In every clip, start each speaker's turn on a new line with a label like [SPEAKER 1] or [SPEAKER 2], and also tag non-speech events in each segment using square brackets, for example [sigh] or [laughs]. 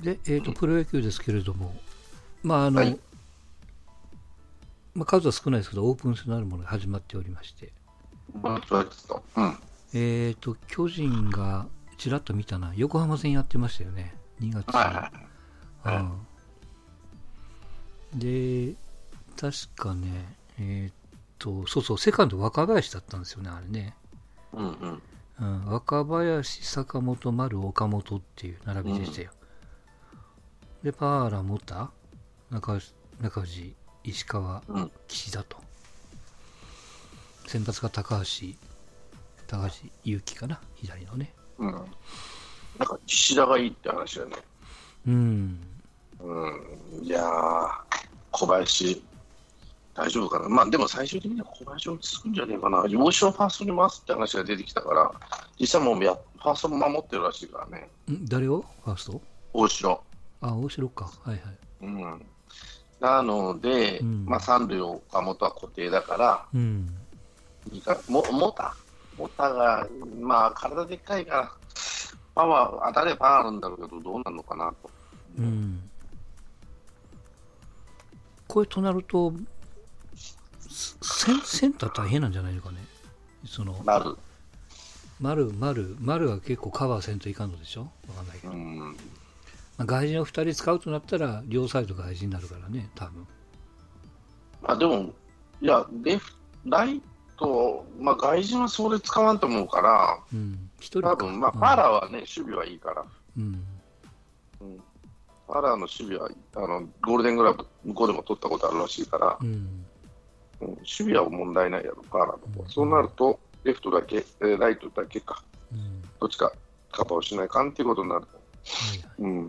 [SPEAKER 1] で、えーと
[SPEAKER 2] うん
[SPEAKER 1] プロ野球ですけれども、まああの
[SPEAKER 2] はい
[SPEAKER 1] まあ、数は少ないですけど、オープン戦のあるものが始まっておりまして、
[SPEAKER 2] まあ、そうですと。うん。
[SPEAKER 1] えー、と巨人がちらっと見たな、横浜戦やってましたよね、2月に。
[SPEAKER 2] はいはい。いは
[SPEAKER 1] うん、で、確かね、えー、とそうそう、セカンド、若林だったんですよね、あれね。
[SPEAKER 2] うんうん。
[SPEAKER 1] うん、若林、坂本、丸、岡本っていう並びでしたよ。で、パーラ、モタ、中中藤、石川、
[SPEAKER 2] うん
[SPEAKER 1] 岸田と。先発が高橋、高橋祐希かな、左のね。
[SPEAKER 2] うん。なんか、岸田がいいって話だね。
[SPEAKER 1] うん。
[SPEAKER 2] うん。いやー、小林、大丈夫かな。まあ、でも最終的には小林落ち着くんじゃねえかな。要所をファーストに回すって話が出てきたから、実際もうや、ファーストも守ってるらしいからね。
[SPEAKER 1] ん誰をファースト
[SPEAKER 2] 大城。
[SPEAKER 1] あ、大城か。はいはい。
[SPEAKER 2] うん。なので、
[SPEAKER 1] うん
[SPEAKER 2] まあ、三塁岡本は固定だから、
[SPEAKER 1] うん。
[SPEAKER 2] いいかも、モタ。モタが、まあ、体でっかいから、パワー、当たればパワーあるんだろうけど、どうなのかなと。
[SPEAKER 1] うん。これとなると、すセンセンター大変なんじゃないのかね。その
[SPEAKER 2] なる。
[SPEAKER 1] 丸、丸、丸は結構カバーせんといかんのでしょわかんないけ
[SPEAKER 2] う
[SPEAKER 1] ど。
[SPEAKER 2] ん。
[SPEAKER 1] まあ、外人を2人使うとなったら、両サイド外人になるからね、多分。
[SPEAKER 2] まあ、でも、いや、レフ、ライト、まあ、外人はそれ使わんと思うから、
[SPEAKER 1] うん。1人
[SPEAKER 2] 多
[SPEAKER 1] か。
[SPEAKER 2] 分、まあ、
[SPEAKER 1] う
[SPEAKER 2] フ
[SPEAKER 1] ん
[SPEAKER 2] ァラーはね、守備はいいから、
[SPEAKER 1] うん。
[SPEAKER 2] ファラーの守備は、あの、ゴールデングラブ、向こうでも取ったことあるらしいから、
[SPEAKER 1] うん。
[SPEAKER 2] うん守備は問題ないやろ、ファラーの方
[SPEAKER 1] うん
[SPEAKER 2] そうなると、レフトだけ、えーライトだけか、
[SPEAKER 1] うん。
[SPEAKER 2] どっちか、カをしないかんっていうことになると
[SPEAKER 1] はいはい。
[SPEAKER 2] うんま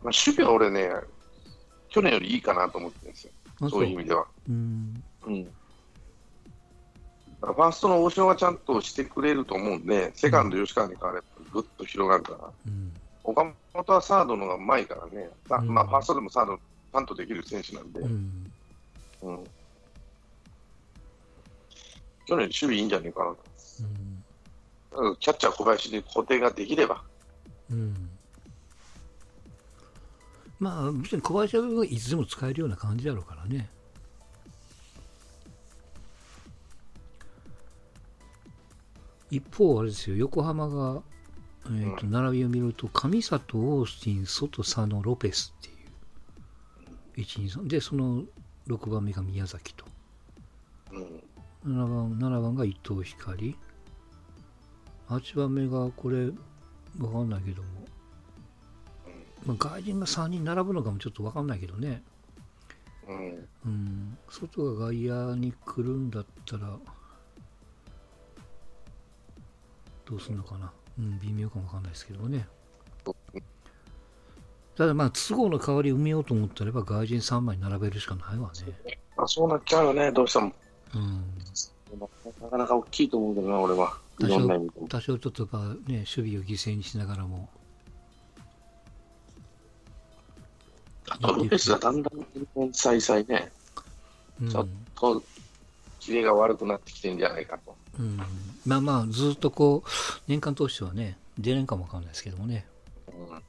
[SPEAKER 2] あ、守備は俺ね、去年よりいいかなと思ってるんですよ、
[SPEAKER 1] あ
[SPEAKER 2] そういう意味では。
[SPEAKER 1] うん。
[SPEAKER 2] うん、だからファーストの大城がちゃんとしてくれると思うんで、セカンド、吉川に変わればぐっと広がるから、
[SPEAKER 1] うん。
[SPEAKER 2] 岡本はサードの方がうまいからね、さ
[SPEAKER 1] うん
[SPEAKER 2] まあ、ファーストでもサード、パントできる選手なんで、
[SPEAKER 1] う
[SPEAKER 2] うん
[SPEAKER 1] ん。
[SPEAKER 2] 去年より守備いいんじゃないかなと。
[SPEAKER 1] うん。
[SPEAKER 2] だからキャッチャー小林で固定ができれば、
[SPEAKER 1] うん。まあ、別に小林はいつでも使えるような感じだろうからね。一方、あれですよ、横浜が、えーと並びを見ると、上里、オースティン、外、佐野、ロペスっていう、1、2、3、で、その6番目が宮崎と、
[SPEAKER 2] うん、
[SPEAKER 1] 7番 ,7 番が伊藤光、8番目が、これ、わかんないけども、まあ、外人が3人並ぶのかもちょっとわかんないけどね。
[SPEAKER 2] うん、
[SPEAKER 1] うん、外が外野に来るんだったらどうするのかな、うん、微妙かもわかんないですけどねただまあ都合の代わり埋めようと思ったらば外人3枚並べるしかないわね
[SPEAKER 2] まあ、そうなっちゃうよね、どうしても。
[SPEAKER 1] うん
[SPEAKER 2] なかなか大きいと思うけどな、俺は。い
[SPEAKER 1] 多
[SPEAKER 2] ろんな意
[SPEAKER 1] 少
[SPEAKER 2] 味で。
[SPEAKER 1] 多少ちょっとやっぱね守備を犠牲にしながらも
[SPEAKER 2] あと、ロペスがだんだん天才才ね、
[SPEAKER 1] うん
[SPEAKER 2] ちょっと、キレが悪くなってきてんじゃないかと。
[SPEAKER 1] うん、まあまあずっとこう年間通してはね出れんかもわかんないですけどもね
[SPEAKER 2] うん
[SPEAKER 1] うん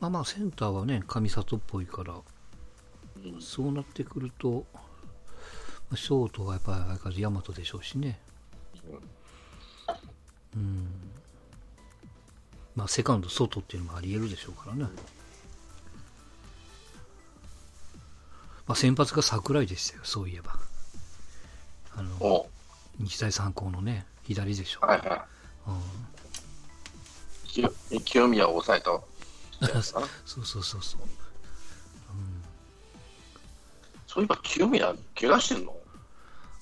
[SPEAKER 1] まあまあセンターはね上里っぽいから
[SPEAKER 2] うん
[SPEAKER 1] そうなってくるとまあショートはやっぱり相変わらず大和でしょうしねうんまあセカンド外っていうのもありえるでしょうからね、まあ、先発が桜井でしたよそういえばあの
[SPEAKER 2] お
[SPEAKER 1] 日大三高のね左でしょ、
[SPEAKER 2] はいは
[SPEAKER 1] うん、
[SPEAKER 2] い清。清宮を抑え [laughs] た人やつかな。
[SPEAKER 1] そうそうそうそう
[SPEAKER 2] そういえば、清宮、怪我してんの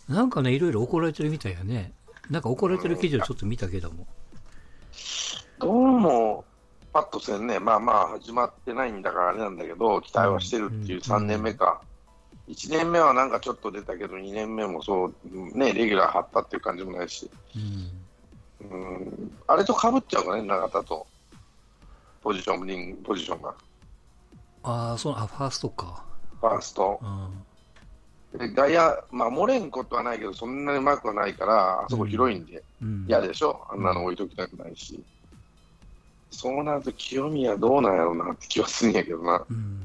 [SPEAKER 1] なんかね、いろいろ怒られてるみたいやね。なんか怒られてる記事をちょっと見たけども。
[SPEAKER 2] どうも、パッとせんね、まあまあ、始まってないんだからあれなんだけど、期待はしてるっていううん3年目か。1年目はなんかちょっと出たけど、2年目もそう、ね、レギュラー張ったっていう感じもないし。
[SPEAKER 1] うん。
[SPEAKER 2] うんあれとかぶっちゃうからね、永田と。ポジション、リングポジションが。
[SPEAKER 1] ああ、その、あ、ファーストか。
[SPEAKER 2] ファースト
[SPEAKER 1] う。ん。
[SPEAKER 2] で外野、守れんことはないけど、そんなにうまくはないから、あそこ広いんで、
[SPEAKER 1] うん。
[SPEAKER 2] 嫌でしょ。あんなの置いときたくないし。そうなると清宮どうなんやろうなって気はするんやけどな。
[SPEAKER 1] うん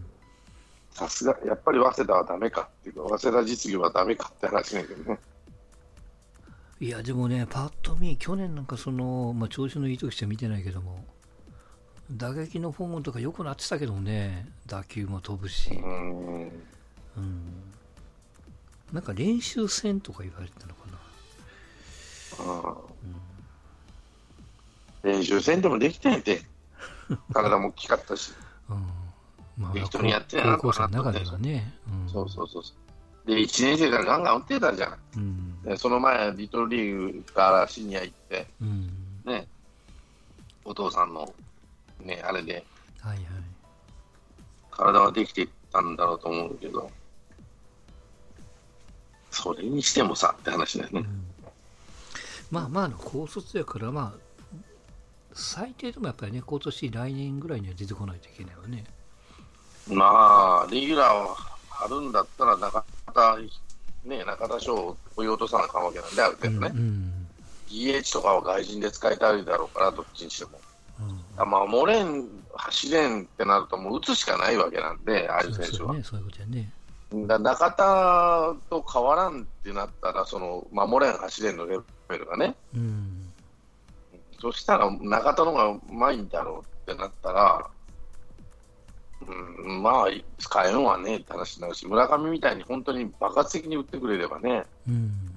[SPEAKER 2] さすが、やっぱり早稲田はダメかっていうか、早稲田実業はダメかって話なんやけどね。
[SPEAKER 1] いやでもね、パッと見、去年なんかその、まあ、調子のいい時しか見てないけども、打撃のフォームとか良くなってたけどね、打球も飛ぶし、
[SPEAKER 2] うーん。
[SPEAKER 1] うん、なんか練習戦とか言われてたのかな、
[SPEAKER 2] あー練習戦でもできたんやて。体も大きかったし。
[SPEAKER 1] まあ
[SPEAKER 2] 適当にやってなかった
[SPEAKER 1] 高校生の中ではね、うん、
[SPEAKER 2] そうそうそうそう。で、1年生からガンガン打ってたじゃん。
[SPEAKER 1] うん、
[SPEAKER 2] でその前、リトルリーグからシニア行って、
[SPEAKER 1] うん、
[SPEAKER 2] ね、お父さんの、ね、あれで、
[SPEAKER 1] はいはい、
[SPEAKER 2] 体はできていったんだろうと思うけど、それにしてもさって話だよね。
[SPEAKER 1] まあまあの高卒やから、まあ、最低でもやっぱりね、今年来年ぐらいには出てこないといけないわね。
[SPEAKER 2] まあ、レギュラーを張るんだったら、中田、ね、中田翔を追い落とさなあかんわけなんで、ある程度ね、
[SPEAKER 1] うん
[SPEAKER 2] DH とかは外人で使いたいだろうから、どっちにしても。
[SPEAKER 1] うん
[SPEAKER 2] あまあ、漏れん、走れんってなると、もう打つしかないわけなんで、ああいう選手
[SPEAKER 1] そう
[SPEAKER 2] は
[SPEAKER 1] ね、。そういうことやね。
[SPEAKER 2] だ中田と変わらんってなったら、その守れん、走れんのレベルがね、
[SPEAKER 1] うん。
[SPEAKER 2] そしたら中田の方がうまいんだろうってなったら、うん、まあ、使えんわねって話になるし、村上みたいに本当に爆発的に打ってくれればね、
[SPEAKER 1] うん。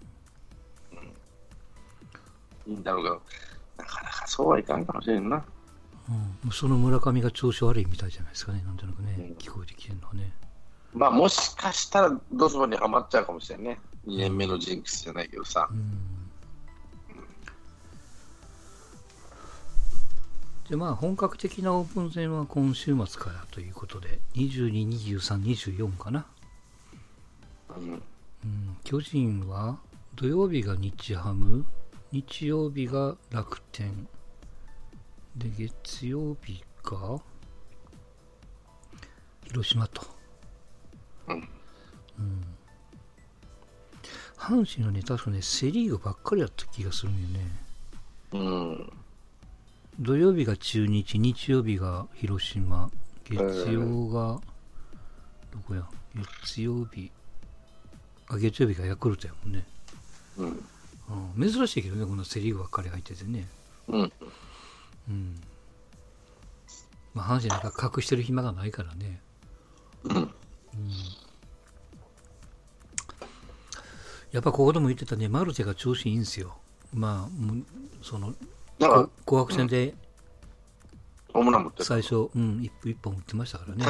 [SPEAKER 2] いいんだろうけど、なかなかそうはいかんかもしれんな。
[SPEAKER 1] うん、その村上が調子悪いみたいじゃないですかね、なんとなく
[SPEAKER 2] う
[SPEAKER 1] ね
[SPEAKER 2] ん、
[SPEAKER 1] 聞こえてきてるのはね。
[SPEAKER 2] まあ、もしかしたらドスボンにはまっちゃうかもしれんね。2年目のジンクスじゃないけどさ
[SPEAKER 1] う。ん。で、まあ、本格的なオープン戦は今週末からということで、22、23、24かな。
[SPEAKER 2] うん、
[SPEAKER 1] うん、巨人は土曜日が日ハム日曜日が楽天で月曜日が広島と、
[SPEAKER 2] うん
[SPEAKER 1] うん阪神はね確かねセ・リーグばっかりやった気がするんよね
[SPEAKER 2] うん、
[SPEAKER 1] 土曜日が中日日曜日が広島月曜がどこや月曜日あ月曜日がヤクルトやもんね
[SPEAKER 2] うん、
[SPEAKER 1] うん珍しいけどねこのセ・リーグばっかり入っててね、
[SPEAKER 2] うん。
[SPEAKER 1] うんまあ、阪神なんか隠してる暇がないからね、
[SPEAKER 2] うん
[SPEAKER 1] やっぱここでも言ってたねマルチェが調子いいんですよまあもうその
[SPEAKER 2] だから、
[SPEAKER 1] 紅白戦で
[SPEAKER 2] ホームラン持ってる。
[SPEAKER 1] 最初、うん、一本一本打ってましたからね、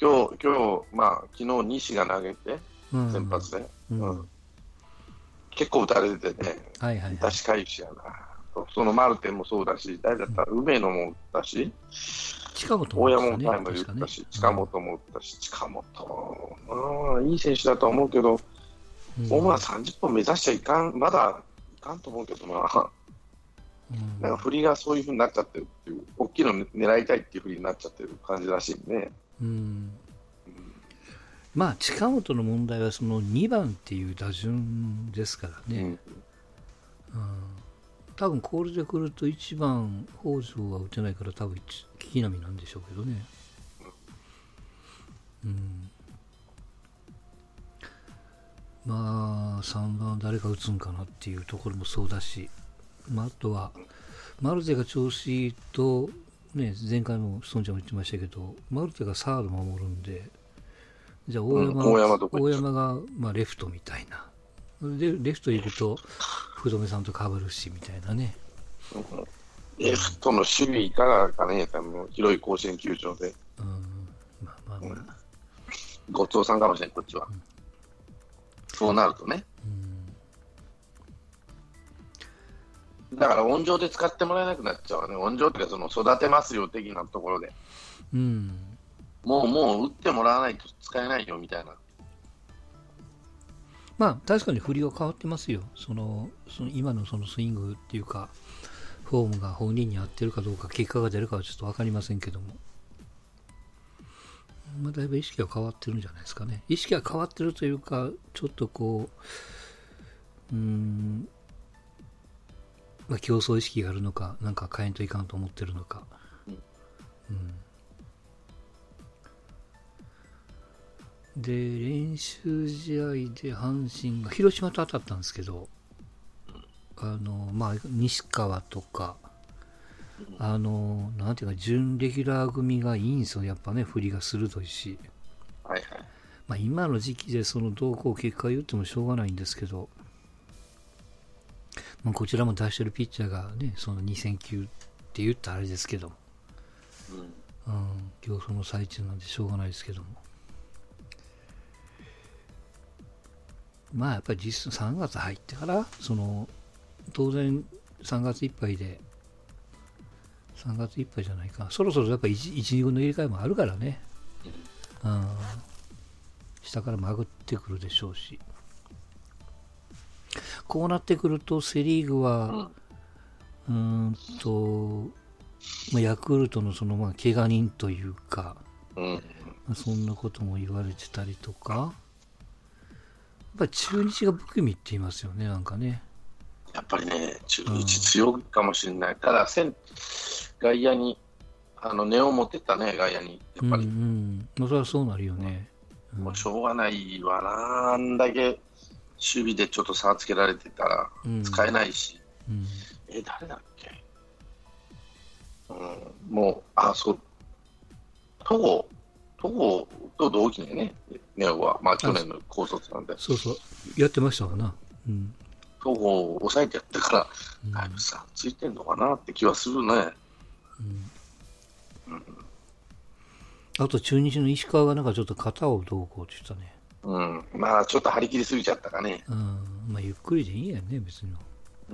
[SPEAKER 2] 今日、今日、まあ、昨日西が投げて、
[SPEAKER 1] うん、
[SPEAKER 2] 先発で、
[SPEAKER 1] うん
[SPEAKER 2] うん結構打たれててね、
[SPEAKER 1] はいはいはい
[SPEAKER 2] 出し返しやな。そのマルテンもそうだし、誰だったら梅野も打ったし、
[SPEAKER 1] 近本
[SPEAKER 2] 大山
[SPEAKER 1] です
[SPEAKER 2] もタイ
[SPEAKER 1] か
[SPEAKER 2] ムリ
[SPEAKER 1] ね
[SPEAKER 2] ー打ったし、
[SPEAKER 1] 確か
[SPEAKER 2] 近
[SPEAKER 1] ね
[SPEAKER 2] 本も打ったし、近本、まあ、いい選手だとは思うけど、
[SPEAKER 1] うん
[SPEAKER 2] ホームラン30本目指しちゃいかん、まだいかんと思うけどな、
[SPEAKER 1] うん
[SPEAKER 2] なんか振りがそういうふうになっちゃってるっていう、大きいの狙いたいっていうふうになっちゃってる感じらしいね。
[SPEAKER 1] うんまあ近本の問題はその2番っていう打順ですからね、うん多分コールで来ると1番北条は打てないから多分一聞き並みなんでしょうけどねうんまあ3番誰が打つんかなっていうところもそうだし、まあ、あとはマルテが調子いいと、ね、前回も孫ちゃんも言ってましたけどマルテがサード守るんでじゃあ大山,、
[SPEAKER 2] うん大山どこ行っ
[SPEAKER 1] 大
[SPEAKER 2] ちゃう
[SPEAKER 1] 山が、まあ、レフトみたいなでレフト行くと福留さんとかぶるしみたいなね
[SPEAKER 2] レフトの守備いかがかね、あの広い甲子園球場で、
[SPEAKER 1] うんまあまあまあ
[SPEAKER 2] ごちそうさんかもしれん、こっちは。そうなるとね。だから温情で使ってもらえなくなっちゃうわね、温情っていうかその育てますよ的なところで、
[SPEAKER 1] うん
[SPEAKER 2] もうもう打ってもらわないと使えないよみたいな、
[SPEAKER 1] まあ確かに振りは変わってますよそのその今のそのスイングっていうかフォームが本人に合ってるかどうか結果が出るかはちょっと分かりませんけども、まあ、だいぶ意識は変わってるんじゃないですかね意識は変わってるというかちょっとこううーん、まあ、競争意識があるのかなんか変えんといかんと思ってるのかうん、で練習試合で阪神が広島と当たったんですけどあの、まあ、西川とかあのなんていうか準レギュラー組がいいんですよやっぱね振りが鋭いし、
[SPEAKER 2] はいはい。
[SPEAKER 1] まあ、今の時期でそのどうこう結果言ってもしょうがないんですけど、まあ、こちらも出してるピッチャーがねその2000球って言ったらあれですけども
[SPEAKER 2] うん
[SPEAKER 1] うん、競争の最中なんでしょうがないですけども。まあやっぱり実3月入ってから、その、当然3月いっぱいで、3月いっぱいじゃないか、そろそろやっぱ 1, 1、2軍の入れ替えもあるからね、うん、下からまぐってくるでしょうし。こうなってくるとセ・リーグは、うーんと、まあ、ヤクルトのそのまあ怪我人というか、
[SPEAKER 2] うん
[SPEAKER 1] まあそんなことも言われてたりとか、やっぱり中日が不気味って言いますよね、なんかね。
[SPEAKER 2] やっぱりね、中日強いかもしれない、ただ、セン外野に、あの根を持ってったね、外野に、やっぱり、
[SPEAKER 1] うんうん。まあ、それはそうなるよね。うん
[SPEAKER 2] もうしょうがないわな、あんだけ守備でちょっと差つけられてたら、
[SPEAKER 1] うん
[SPEAKER 2] 使えないし、
[SPEAKER 1] うん
[SPEAKER 2] え、誰だっけ、うん、もう、あ、そう、戸郷、戸郷と同期でね、根尾は、まあ去年の高卒なんで、
[SPEAKER 1] そうそう、やってましたわな。うん。
[SPEAKER 2] 戸郷を抑えてやったから、
[SPEAKER 1] うん
[SPEAKER 2] だいぶ差ついてんのかなって気はするね。
[SPEAKER 1] あと中日の石川がなんかちょっと肩をどうこうって言ってたね。
[SPEAKER 2] うん、まあちょっと張り切りすぎちゃったかね、
[SPEAKER 1] うん。まあゆっくりでいいやね、別に。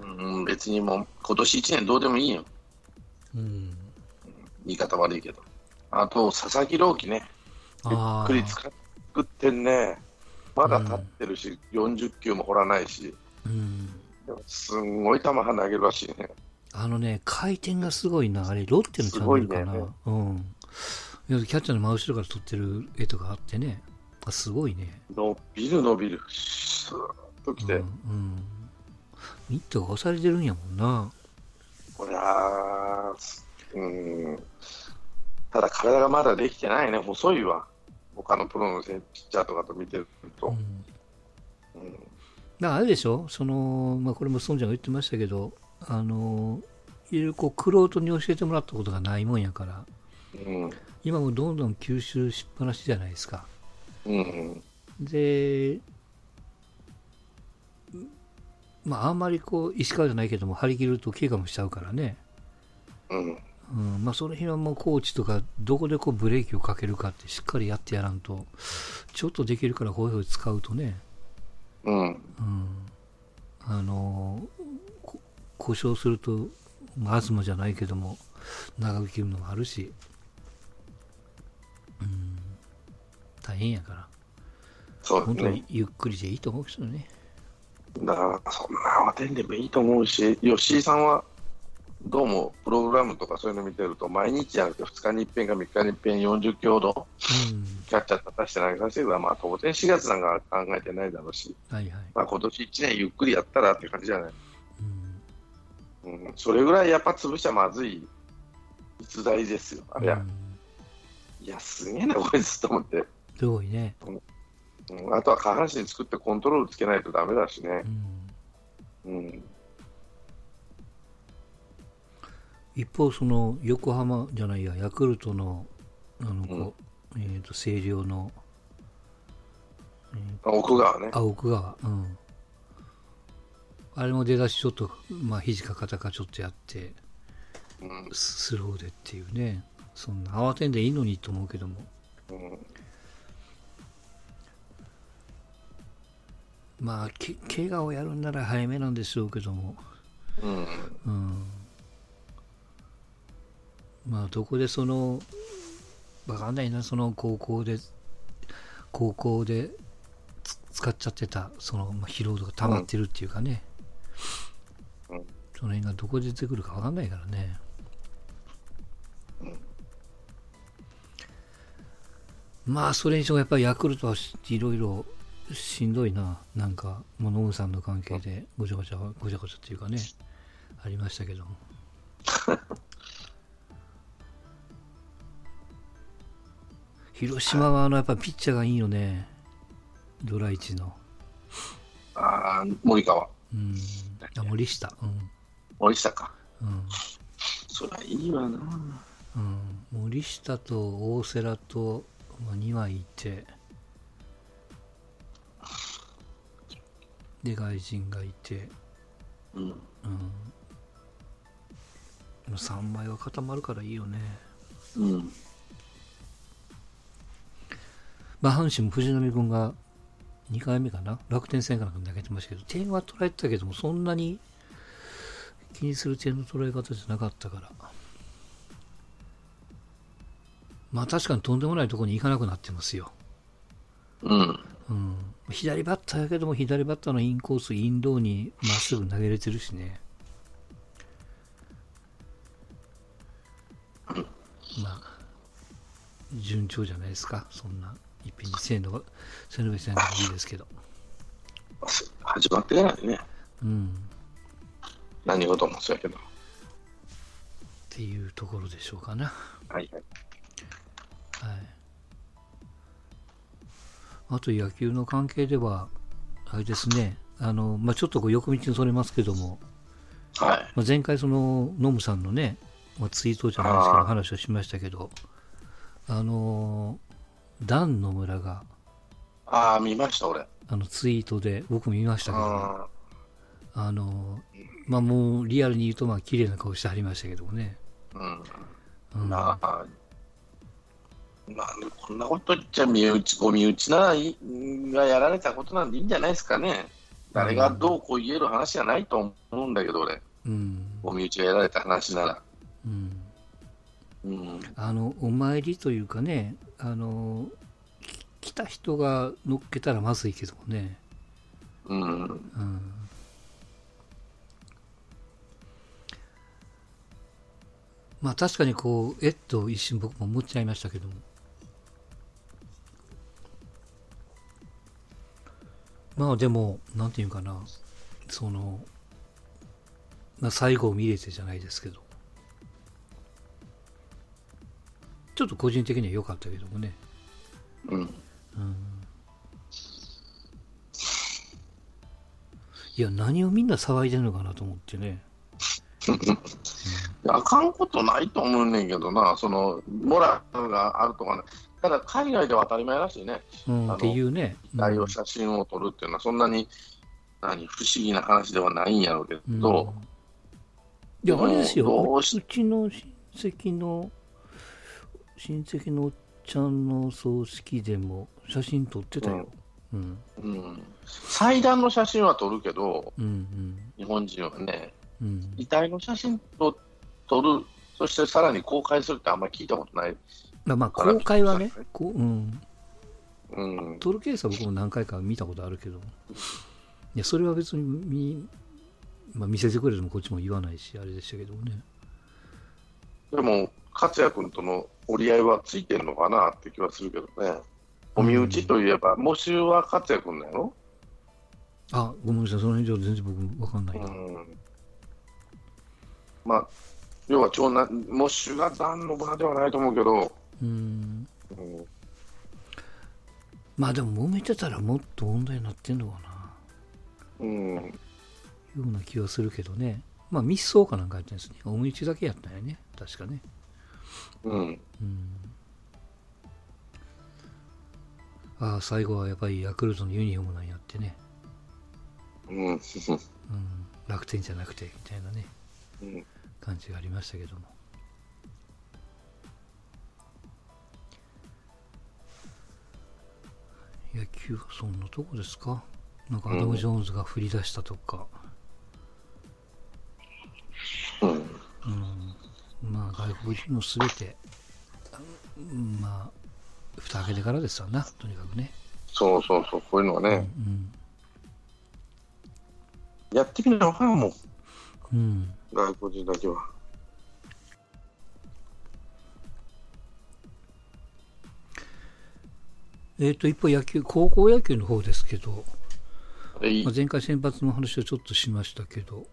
[SPEAKER 2] うん、別にもう今年1年どうでもいいよ、
[SPEAKER 1] うん。
[SPEAKER 2] 言い方悪いけど、あと佐々木朗希ね、ゆ
[SPEAKER 1] あ
[SPEAKER 2] っ
[SPEAKER 1] あ
[SPEAKER 2] くり使ってんね、まだ立ってるし、40球も掘らないし、
[SPEAKER 1] うん。
[SPEAKER 2] でもすんごい球投げるらしいね、
[SPEAKER 1] あのね、回転がすごいな、あれ、ロッテのチャンネルかな。
[SPEAKER 2] すごいね
[SPEAKER 1] うん。いやキャッチャーの真後ろから撮ってる絵とかあってね、あすごいね。
[SPEAKER 2] 伸びる伸びる、スーッときて、
[SPEAKER 1] うん、うん。ミットが押されてるんやもんな。
[SPEAKER 2] こりゃあ、うん、ただ体がまだできてないね、細いわ、他のプロの選手ピッチャーとかと見てる
[SPEAKER 1] う
[SPEAKER 2] と。
[SPEAKER 1] ん。
[SPEAKER 2] うん
[SPEAKER 1] だからあれでしょ、その、まあ、これも孫ちゃんが言ってましたけど、あの、いろいろこう、苦労とに教えてもらったことがないもんやから、
[SPEAKER 2] うん
[SPEAKER 1] 今もうどんどん吸収しっぱなしじゃないですか。
[SPEAKER 2] うん
[SPEAKER 1] で、まあ、あんまりこう、石川じゃないけども、張り切ると怪我もしちゃうからね。
[SPEAKER 2] うん
[SPEAKER 1] うん、まあ、その辺はもうコーチとか、どこでこうブレーキをかけるかってしっかりやってやらんと、ちょっとできるからこういうふうに使うとね、
[SPEAKER 2] うん
[SPEAKER 1] うん、あのこ故障すると、まあ、東じゃないけども、長く切るのもあるし、うん、大変やから、
[SPEAKER 2] そう
[SPEAKER 1] 本
[SPEAKER 2] で
[SPEAKER 1] 当
[SPEAKER 2] すね
[SPEAKER 1] に。ゆっくりでいいと思うけどね。
[SPEAKER 2] だから、そんな慌てんでもいいと思うし、吉井さんは、どうも、プログラムとかそういうの見てると、毎日じゃなくて、2日に一遍か3日に一遍40球ほど、
[SPEAKER 1] うん
[SPEAKER 2] キャッチャー立たして投げさせるのは、まあ、当然4月なんか考えてないだろうし、
[SPEAKER 1] はいはい。
[SPEAKER 2] まあ、今年1年ゆっくりやったらって感じじゃない。
[SPEAKER 1] うん
[SPEAKER 2] うん、それぐらいやっぱ潰しちゃまずい逸材ですよ。あれ
[SPEAKER 1] う
[SPEAKER 2] や、
[SPEAKER 1] ん
[SPEAKER 2] いや、すげえな、こいつと思って。
[SPEAKER 1] すごいね。
[SPEAKER 2] うん、あとは下半身作ってコントロールつけないとダメだしね
[SPEAKER 1] う。ん
[SPEAKER 2] うん。
[SPEAKER 1] 一方、その横浜じゃないや、ヤクルトの、あの子、えっ、と、星稜の
[SPEAKER 2] あ奥川ね。
[SPEAKER 1] あ、奥川、うん。あれも出だしちょっと、まあ、肘か肩かちょっとやって、
[SPEAKER 2] うん
[SPEAKER 1] ススローでっていうね、そんな慌てんでいいのにと思うけども、
[SPEAKER 2] うん
[SPEAKER 1] まあ、け怪我をやるんなら早めなんでしょうけども、
[SPEAKER 2] うん
[SPEAKER 1] うん、まあどこでそのわかんないなその高校で高校でつ使っちゃってたその、まあ、疲労度が溜まってるっていうかね、
[SPEAKER 2] うん
[SPEAKER 1] その辺がどこで出てくるかわかんないからね、まあそれにしてもやっぱりヤクルトはしいろいろしんどいななんかもうノムさんの関係でごちゃごちゃごちゃごちゃっていうかねありましたけども広島はあのやっぱピッチャーがいいよね、ドライチの。
[SPEAKER 2] あー森川、
[SPEAKER 1] うん、あ森下、うん
[SPEAKER 2] 森下か。
[SPEAKER 1] うん
[SPEAKER 2] そりゃいいわな。
[SPEAKER 1] うん、森下と大瀬良と、まあ、2枚いて、で、外人がいて、
[SPEAKER 2] うん、
[SPEAKER 1] うん、3枚は固まるからいいよね。
[SPEAKER 2] うん、
[SPEAKER 1] まあ、阪神も藤浪君が2回目かな、楽天戦かなんかに投げてましたけど、点は取られてたけども、そんなに気にする点の取られ方じゃなかったから、まあ確かにとんでもないところに行かなくなってますよ。
[SPEAKER 2] うん、
[SPEAKER 1] うん、左バッターやけども、左バッターのインコース、インドーにまっすぐ投げれてるしね。まあ、順調じゃないですか、そんな、いっぺんにせーのが、せーのべせんのがいいですけど。
[SPEAKER 2] 始まってからね、
[SPEAKER 1] うん、
[SPEAKER 2] 何事もそうやけど。
[SPEAKER 1] っていうところでしょうかな。
[SPEAKER 2] はいはい。
[SPEAKER 1] はい、あと野球の関係では、あれですね、あのまあ、ちょっとこう横道にそれますけども、
[SPEAKER 2] はい、
[SPEAKER 1] まあ、前回そのノムさんのね、まあ、ツイートじゃないですけ
[SPEAKER 2] あ
[SPEAKER 1] ど
[SPEAKER 2] ー
[SPEAKER 1] 話をしましたけどあのーダンの村が
[SPEAKER 2] ああ、見ました、俺。
[SPEAKER 1] あのツイートで僕見ましたけどあ
[SPEAKER 2] あ
[SPEAKER 1] のーまあもうリアルに言うとまあ綺麗な顔してはりましたけどもね、
[SPEAKER 2] ーうん、
[SPEAKER 1] うん、
[SPEAKER 2] なあ、まあ、こんなこと言っちゃ身内、ご身内ならいいがやられたことなんでいいんじゃないですかね。誰がどうこう言える話じゃないと思うんだけど、俺、
[SPEAKER 1] うん
[SPEAKER 2] ご身内がやられた話なら。
[SPEAKER 1] うん
[SPEAKER 2] うん、
[SPEAKER 1] あのお参りというかねあのき来た人が乗っけたらまずいけどもね、
[SPEAKER 2] うん、
[SPEAKER 1] うん、まあ確かにこうえっと一瞬僕も思っちゃいましたけどもまあでもなんていうかなその、まあ、最後を見れてじゃないですけどちょっと個人的には良かったけどもね
[SPEAKER 2] うん、
[SPEAKER 1] いや何をみんな騒いでるのかなと思ってね
[SPEAKER 2] あかんことないと思うねんけどな、そのモラルがあるとかね、ただ海外では当たり前らしいね、
[SPEAKER 1] うん、
[SPEAKER 2] あの
[SPEAKER 1] っていうね。
[SPEAKER 2] ああいう写真を撮るっていうのは、そんなに何不思議な話ではないんやろうけど、
[SPEAKER 1] うんいや、あれです
[SPEAKER 2] ど
[SPEAKER 1] よ。う
[SPEAKER 2] うし
[SPEAKER 1] ちの親戚の、親戚のおっちゃんの葬式でも写真撮ってたよ。うん。
[SPEAKER 2] うん、祭壇の写真は撮るけど、
[SPEAKER 1] うんうん。
[SPEAKER 2] 日本人はね、
[SPEAKER 1] うん。
[SPEAKER 2] 遺体の写真を撮る、そしてさらに公開するってあんまり聞いたことない、
[SPEAKER 1] まあまあ、公開はね
[SPEAKER 2] あら、
[SPEAKER 1] こう、うん。
[SPEAKER 2] うん、
[SPEAKER 1] 撮るケースは僕も何回か見たことあるけど、いや、それは別に見、まあ、見せてくれてもこっちも言わないし、あれでしたけどね。
[SPEAKER 2] でも、勝也君との折り合いはついてるのかなって気はするけどね、お身内といえば、募集は勝也君だよ。
[SPEAKER 1] あ、ごめんなさい、その辺じゃ全然僕わかんないな。
[SPEAKER 2] うんまあ、要は長男、モッシュが残の場ではないと思うけど、
[SPEAKER 1] うん
[SPEAKER 2] うん
[SPEAKER 1] まあでも揉めてたらもっと問題になってんのかな
[SPEAKER 2] うん、
[SPEAKER 1] ような気はするけどねまあ密葬かなんかやってるんですねお道だけやったんやね確かね
[SPEAKER 2] うん、
[SPEAKER 1] うんああ最後はやっぱりヤクルトのユニフォームなんやってね、
[SPEAKER 2] うん、 [laughs]
[SPEAKER 1] うん、楽天じゃなくてみたいなね
[SPEAKER 2] うん
[SPEAKER 1] 感じがありましたけども野球はそんなとこですかなんかアダム・ジョーンズが振り出したとか、
[SPEAKER 2] うん、
[SPEAKER 1] うん、まあ外国人のすべて、うんまあ、蓋開けてからですわな、とにかくね。
[SPEAKER 2] そうそうそう、こういうのがね、
[SPEAKER 1] うん。
[SPEAKER 2] やってみなあかんもん、
[SPEAKER 1] うん。
[SPEAKER 2] 外国人だけは。
[SPEAKER 1] えっ、と、一方野球、高校野球の方ですけど、
[SPEAKER 2] でいい
[SPEAKER 1] まあ、前回先発の話をちょっとしましたけど、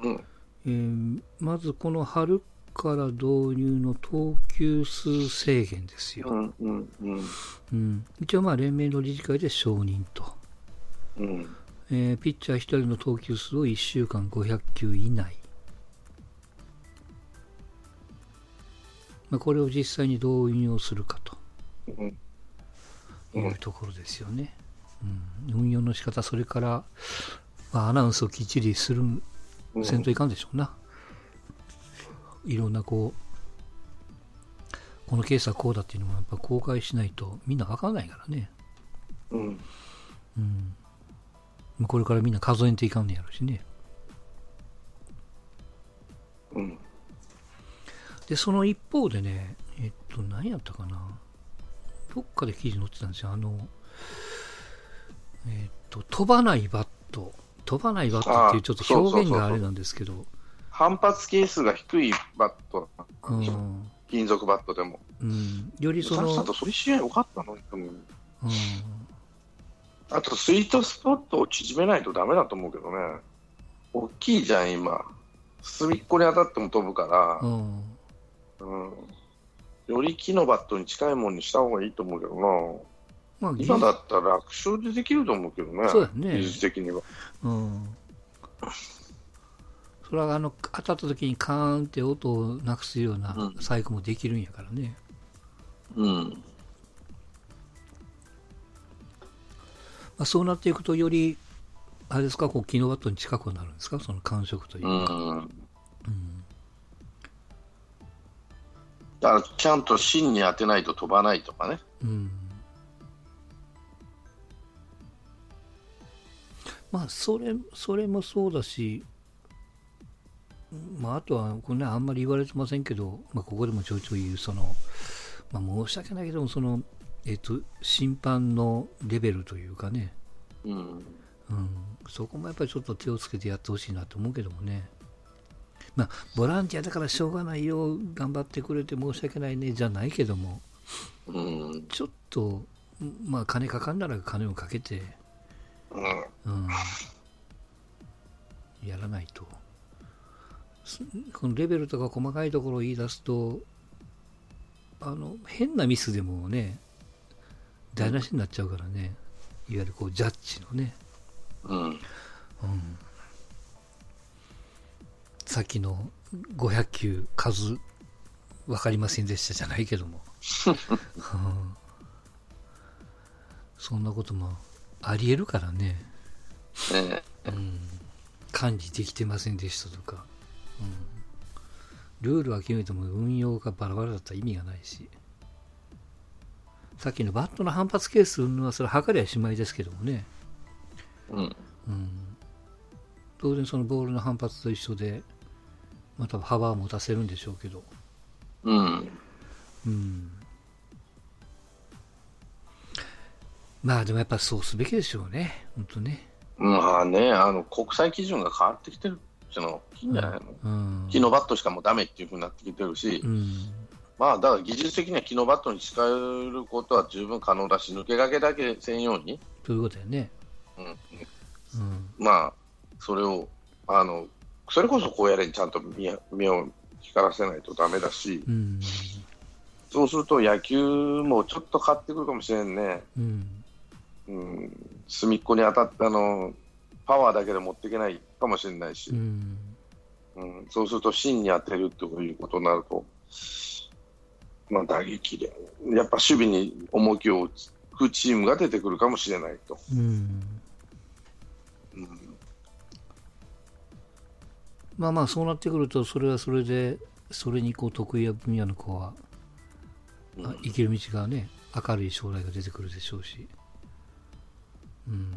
[SPEAKER 2] うん、
[SPEAKER 1] えーまずこの春から導入の等級数制限です
[SPEAKER 2] う
[SPEAKER 1] よ。
[SPEAKER 2] んうんうん
[SPEAKER 1] うん、一応まあ連盟の理事会で承認と、
[SPEAKER 2] うん
[SPEAKER 1] えーピッチャー1人の投球数を1週間500球以内、まあ、これを実際にどう運用するかと
[SPEAKER 2] うん
[SPEAKER 1] いううんところですよね、うん、運用の仕方それから、まあ、アナウンスをきっちりする
[SPEAKER 2] うん
[SPEAKER 1] せんといかんでしょうな、いろんなこうこのケースはこうだっていうのもやっぱ公開しないとみんな分からないからね、
[SPEAKER 2] うん
[SPEAKER 1] うん、これからみんな数えんといかんねやろしね
[SPEAKER 2] うん
[SPEAKER 1] でその一方でねえっと何やったかなどっかで記事載ってたんですよあのえっと飛ばないバット飛ばないバットっていうちょっと表現があれなんですけど
[SPEAKER 2] 反発係数が低いバット
[SPEAKER 1] う、
[SPEAKER 2] そうそうそうん金属バットでも
[SPEAKER 1] うん、よりそ
[SPEAKER 2] さっ
[SPEAKER 1] の、
[SPEAKER 2] さとそういう試合良かったのにと思う
[SPEAKER 1] うん、
[SPEAKER 2] あとスイートスポットを縮めないとダメだと思うけどね大きいじゃん今隅っこに当たっても飛ぶから、
[SPEAKER 1] うん、
[SPEAKER 2] うんより木のバットに近いものにした方がいいと思うけど
[SPEAKER 1] まあ
[SPEAKER 2] な、今だったら楽勝でできると思うけどね、
[SPEAKER 1] そうだね
[SPEAKER 2] 技術的には。
[SPEAKER 1] うんそれはあの当たった時にカーンって音をなくすような
[SPEAKER 2] うん
[SPEAKER 1] 細工もできるんやからね、
[SPEAKER 2] うん、
[SPEAKER 1] まあ、そうなっていくとよりあれですかこうキノワットに近くなるんですかその感触という
[SPEAKER 2] う
[SPEAKER 1] か、
[SPEAKER 2] ん、
[SPEAKER 1] うん
[SPEAKER 2] だからちゃんと芯に当てないと飛ばないとかね、
[SPEAKER 1] うんまあそれそれもそうだしまああとはこれねあんまり言われてませんけど、まあ、ここでもちょいちょい言うその、まあ、申し訳ないけどもその、えっと審判のレベルというかね、
[SPEAKER 2] うん、
[SPEAKER 1] うん、そこもやっぱりちょっと手をつけてやってほしいなと思うけどもね。まあ、ボランティアだからしょうがないよ頑張ってくれて申し訳ないねじゃないけども、
[SPEAKER 2] うん、うん、
[SPEAKER 1] ちょっと、んまあ、金かかんなら金をかけて、うん、やらないと。すこのレベルとか細かいところを言い出すと、あの、変なミスでもね、台無しになっちゃうからね、いわゆるこう、ジャッジのね、
[SPEAKER 2] うん、
[SPEAKER 1] うん、さっきの500球数分かりませんでしたじゃないけども、うんそんなこともありえるからね、
[SPEAKER 2] ね
[SPEAKER 1] うん、管理できてませんでしたとか、うん、ルールは決めても運用がバラバラだったら意味がないしさっきのバットの反発ケースはそれ測りゃしまいですけどもね、
[SPEAKER 2] うん、
[SPEAKER 1] うん、当然そのボールの反発と一緒で、まあ、多分幅は持たせるんでしょうけど、
[SPEAKER 2] うん、
[SPEAKER 1] うん、まあでもやっぱそうすべきでしょうね本当ね、
[SPEAKER 2] まあね、あの国際基準が変わってきてるっていうのは大きいんじゃないの、
[SPEAKER 1] うん
[SPEAKER 2] 木のバットしかもうダメっていうふうになってきてるし、
[SPEAKER 1] うん
[SPEAKER 2] まあだから技術的には木のバットに使えることは十分可能だし、抜けがけだけせんように、
[SPEAKER 1] ということだよね、
[SPEAKER 2] うん
[SPEAKER 1] うん
[SPEAKER 2] まあ、それを、あの、それこそこうやれにちゃんと目を目を光らせないとダメだし、
[SPEAKER 1] うん
[SPEAKER 2] そうすると野球もちょっと変わってくるかもしれんね。
[SPEAKER 1] うん
[SPEAKER 2] うん、隅っこに当たったあの、パワーだけで持っていけないかもしれないし
[SPEAKER 1] う、ん
[SPEAKER 2] うん、そうすると芯に当てるっていうことになると、まあ打撃で、やっぱ守備に重きを置くチームが出てくるかもしれないと。
[SPEAKER 1] うん
[SPEAKER 2] うん、
[SPEAKER 1] まあまあそうなってくるとそれはそれでそれにこう得意や分野の子は
[SPEAKER 2] うん
[SPEAKER 1] あ生きる道がね明るい将来が出てくるでしょうし、うん、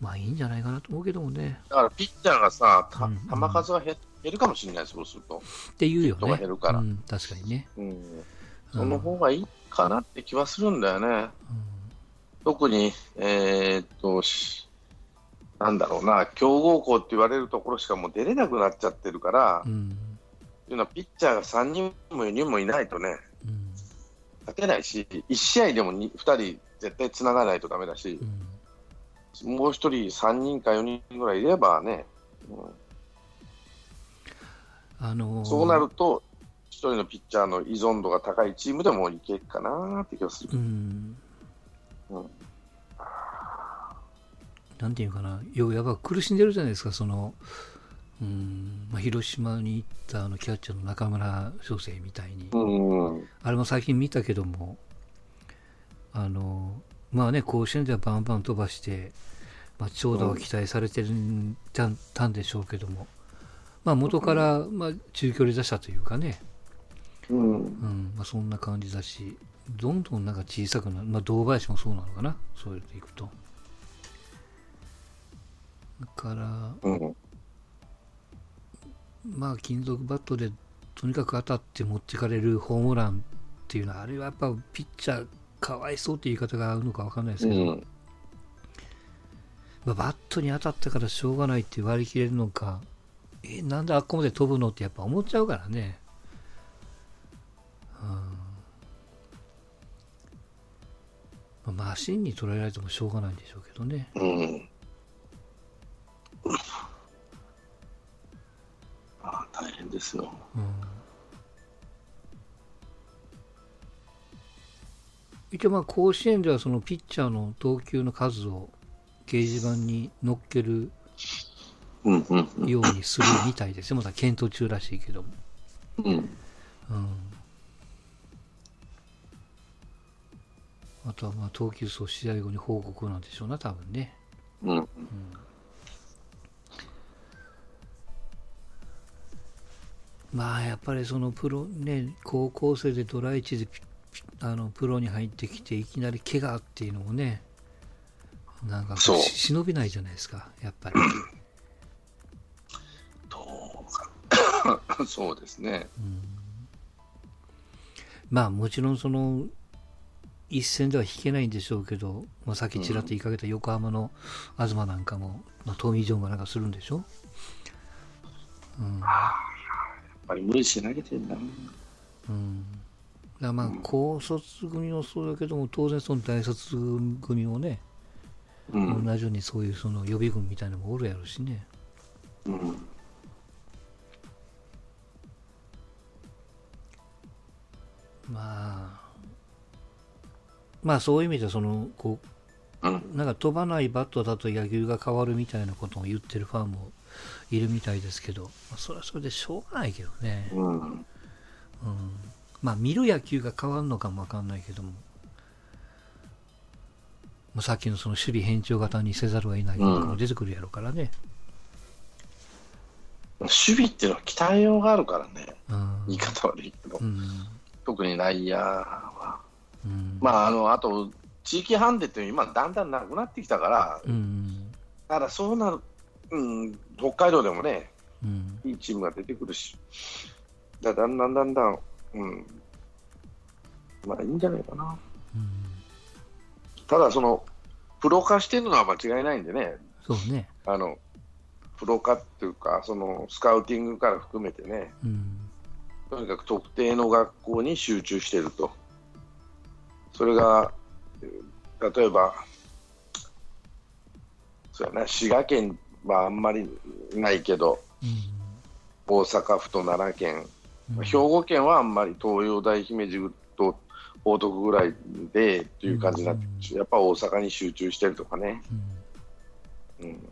[SPEAKER 1] まあいいんじゃないかなと思うけどもね
[SPEAKER 2] だからピッチャーがさ、た
[SPEAKER 1] うん
[SPEAKER 2] 球数が減減るかもしれない、そうすると。
[SPEAKER 1] っていうよ
[SPEAKER 2] 人が
[SPEAKER 1] ね、
[SPEAKER 2] 減るから
[SPEAKER 1] うん、確かにね、
[SPEAKER 2] うん、
[SPEAKER 1] うん
[SPEAKER 2] その方がいいかなって気はするんだよね。
[SPEAKER 1] うん
[SPEAKER 2] 特に、えーっと、しなんだろうな、強豪校って言われるところしかもう出れなくなっちゃってるから、
[SPEAKER 1] う
[SPEAKER 2] っ
[SPEAKER 1] ん
[SPEAKER 2] ていうのはピッチャーが3人も4人もいないとね、
[SPEAKER 1] うん
[SPEAKER 2] 勝てないし、1試合でも 2, 人絶対つながないとダメだし
[SPEAKER 1] う、ん
[SPEAKER 2] もう1人3人か4人ぐらいいればね、うん
[SPEAKER 1] あのー
[SPEAKER 2] そうなると、一人のピッチャーの依存度が高いチームでもいけるかなって気がする
[SPEAKER 1] う。ん
[SPEAKER 2] うん
[SPEAKER 1] なんていうかな、ようやっぱ苦しんでるじゃないですか、その、うんまあ、広島に行ったあのキャッチャーの中村翔成みたいに、
[SPEAKER 2] うん、
[SPEAKER 1] あれも最近見たけども、あの、まあね、甲子園ではバンバン飛ばして、まあ、長打は期待されてるんたんたんでしょうけども、まあ、元から、まあ、中距離打者というかね、
[SPEAKER 2] うん、
[SPEAKER 1] うんまあ、そんな感じだし、どんどんなんか小さくなる、まあ、堂林もそうなのかな、そういうのでいくと。だから、
[SPEAKER 2] うん、
[SPEAKER 1] まあ、金属バットでとにかく当たって持ってかれるホームランっていうのは、あれはやっぱピッチャーかわいそうっていう言い方が合うのかわかんないです
[SPEAKER 2] う
[SPEAKER 1] けど、
[SPEAKER 2] ん、
[SPEAKER 1] まあ、バットに当たったからしょうがないって割り切れるのか、え、なんであっこまで飛ぶのってやっぱ思っちゃうからね。うん。まあマシンに捉えられてもしょうがないんでしょうけどね。
[SPEAKER 2] うん。ああ、大変ですよ。
[SPEAKER 1] うん。一応まあ甲子園ではそのピッチャーの投球の数を掲示板に載っける
[SPEAKER 2] うん、うん、
[SPEAKER 1] ようにするみたいですよ。まだ検討中らしいけども。
[SPEAKER 2] うん、
[SPEAKER 1] あとはまあ投球数を試合後に報告なんでしょうな、多分ね。
[SPEAKER 2] うん、
[SPEAKER 1] まあやっぱりそのプロ、ね、高校生でドラ1でピピあのプロに入ってきて、いきなり怪我っていうのもね、なんか
[SPEAKER 2] そう
[SPEAKER 1] し忍びないじゃないですか、やっ
[SPEAKER 2] [laughs]
[SPEAKER 1] ぱり。
[SPEAKER 2] どうか。 [laughs] そうですね。
[SPEAKER 1] まあもちろんその一戦では引けないんでしょうけど、まあ、さっきちらっと言いかけた横浜の東なんかも、まあ、トミー・ジョンがなんかするんでしょ、うん、だか
[SPEAKER 2] やっぱり無理して投げてんだな。
[SPEAKER 1] らまあ高卒組もそうだけども当然その大卒組もね、
[SPEAKER 2] うん、
[SPEAKER 1] 同じようにそういうその予備軍みたいなのもおるやろしね
[SPEAKER 2] うん、
[SPEAKER 1] まあまあそういう意味ではそのこう
[SPEAKER 2] うん、
[SPEAKER 1] なんか飛ばないバットだと野球が変わるみたいなことを言ってるファンもいるみたいですけど、まあ、それはそれでしょうがないけどね、
[SPEAKER 2] うん、
[SPEAKER 1] まあ、見る野球が変わるのかもわかんないけども、まあ、さっきのその守備変調型にせざるを得ないとかも出てくるやろうからね、
[SPEAKER 2] 守備っていうのは鍛えようがあるからね。
[SPEAKER 1] うん
[SPEAKER 2] 言い方悪いけど
[SPEAKER 1] う、ん
[SPEAKER 2] 特に内野は。
[SPEAKER 1] うん
[SPEAKER 2] まあ、あの、あと、地域ハンデっていうのは今だんだんなくなってきたから、
[SPEAKER 1] うん
[SPEAKER 2] ただそうなる、うん、北海道でもね、
[SPEAKER 1] うん
[SPEAKER 2] いいチームが出てくるし、だだんだんだんだん、うん、まあいいんじゃないかな。
[SPEAKER 1] うん
[SPEAKER 2] ただ、その、プロ化してるのは間違いないんでね、
[SPEAKER 1] そうね、
[SPEAKER 2] あの、プロ化っていうか、その、スカウティングから含めてね、
[SPEAKER 1] うん
[SPEAKER 2] とにかく特定の学校に集中してると。それが、えー例えば、そうやな、滋賀県はあんまりないけど、
[SPEAKER 1] うん
[SPEAKER 2] 大阪府と奈良県、
[SPEAKER 1] うん、
[SPEAKER 2] 兵庫県はあんまり東洋大姫路と報徳ぐらいでっていう感じになってくるしやっぱ大阪に集中してるとかね、
[SPEAKER 1] うん
[SPEAKER 2] うん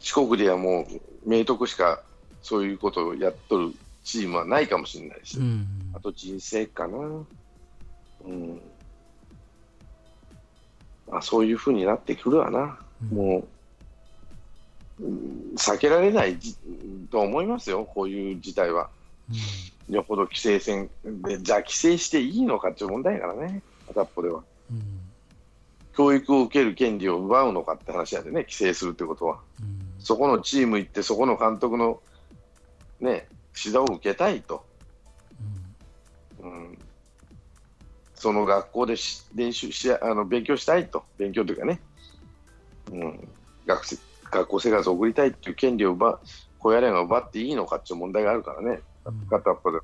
[SPEAKER 2] 四国ではもう明徳しかそういうことをやっとるチームはないかもしれないし、
[SPEAKER 1] うん
[SPEAKER 2] あと人生かな、うんまあ、そういうふうになってくるわな、
[SPEAKER 1] うん
[SPEAKER 2] もう、うん避けられないじと思いますよ、こういう事態は。よほど規制線で、じゃあ規制していいのかっていう問題やからね、片っぽでは。
[SPEAKER 1] うんうん
[SPEAKER 2] 教育を受ける権利を奪うのかって話やでね、規制するってことは。
[SPEAKER 1] うん
[SPEAKER 2] そこのチーム行って、そこの監督の、ね、指導を受けたいと。うん、その学校でし練習しあの勉強したいと、勉強というかね、うん、学生学校生活を送りたいっていう権利を奪う、こうやれが奪っていいのかっていう問題があるからね、
[SPEAKER 1] うん
[SPEAKER 2] 片っぽで。